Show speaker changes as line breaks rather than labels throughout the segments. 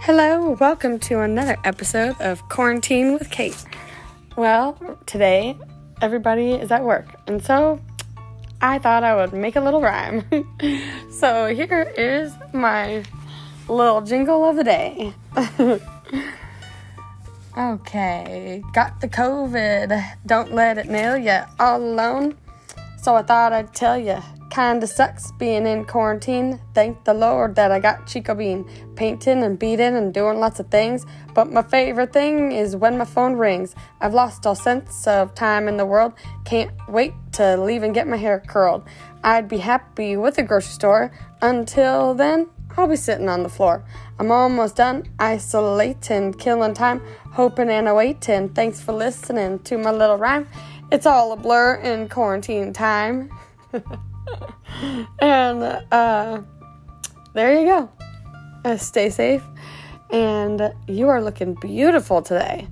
Hello, welcome to another episode of Quarantine with Kate. Well, today everybody is at work, and so I thought I would make a little rhyme. so here is my little jingle of the day. okay, got the COVID, don't let it nail ya all alone. So I thought I'd tell ya. Kinda sucks being in quarantine. Thank the Lord that I got Chico Bean. Painting and beating and doing lots of things. But my favorite thing is when my phone rings. I've lost all sense of time in the world. Can't wait to leave and get my hair curled. I'd be happy with the grocery store. Until then, I'll be sitting on the floor. I'm almost done isolating, killing time, hoping and awaiting. Thanks for listening to my little rhyme. It's all a blur in quarantine time. and uh, there you go. Uh, stay safe. And you are looking beautiful today.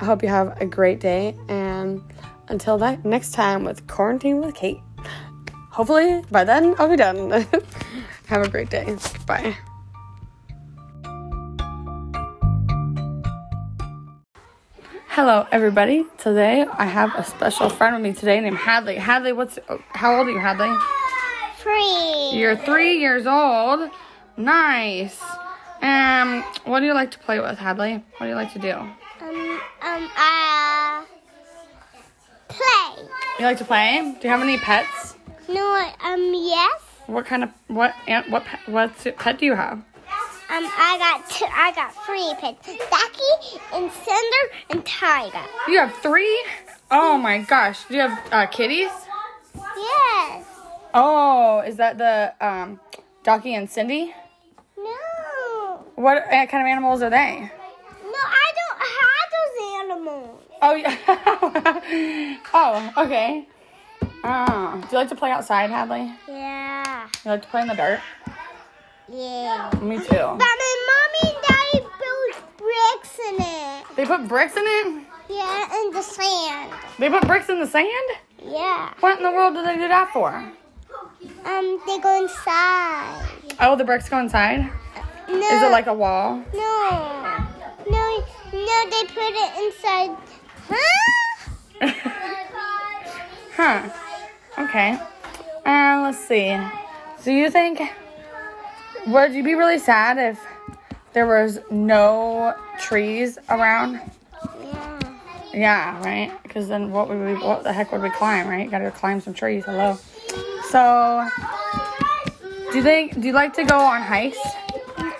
I hope you have a great day. And until that next time with Quarantine with Kate. Hopefully by then I'll be done. have a great day. Bye. Hello, everybody. Today I have a special friend with me today named Hadley. Hadley, what's oh, how old are you, Hadley?
Free.
You're three years old. Nice. Um, what do you like to play with, Hadley? What do you like to do?
Um, um, uh, play.
You like to play? Do you have any pets?
No, um, yes.
What kind of what ant what pet, what pet do you have?
Um, I got two, I got three pets. Ducky and Cinder and Tiger.
You have three? Oh my gosh! Do you have uh, kitties?
Yes.
Oh, is that the um, Ducky and Cindy?
No.
What uh, kind of animals are they?
No, I don't have those animals.
Oh yeah. oh okay. Oh, do you like to play outside, Hadley?
Yeah.
You like to play in the dirt?
Yeah.
Me too.
But my mommy and daddy built bricks in it.
They put bricks in it.
Yeah, in the sand.
They put bricks in the sand?
Yeah.
What in the world do they do that for?
Um, they go inside.
Oh, the bricks go inside?
No.
Is it like a wall?
No. No, no, they put it inside. Huh?
huh. Okay. Uh, let's see. So you think would you be really sad if there was no trees around?
Yeah.
Yeah, right. Because then what would we? What the heck would we climb? Right? Got to climb some trees. Hello. So, do you think? Do you like to go on hikes?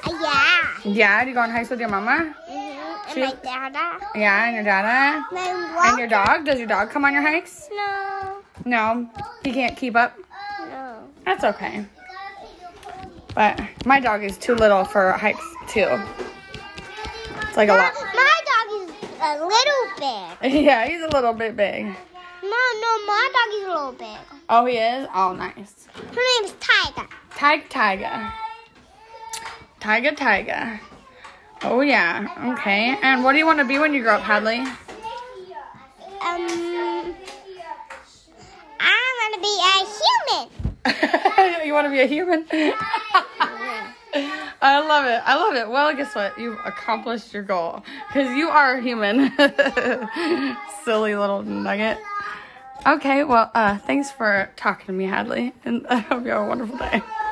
Yeah.
Yeah. Do you go on hikes with your mama?
hmm And my dada.
Yeah, and your dada.
My
And
walk.
your dog? Does your dog come on your hikes?
No.
No, he can't keep up.
No.
That's okay. But my dog is too little for hikes too. It's like a
My,
lot.
Uh, my dog is a little big.
Yeah, he's a little bit big.
No, no, my dog is a little big.
Oh, he is. Oh, nice.
Her name is Tiger.
Tig Tiger. Tiger Tiger. Oh yeah. Okay. And what do you want to be when you grow up, Hadley?
Um, I'm gonna be a human.
you want to be a human? I love it. I love it. Well, guess what? You've accomplished your goal because you are a human. Silly little nugget. Okay, well, uh, thanks for talking to me, Hadley, and I hope you have a wonderful day.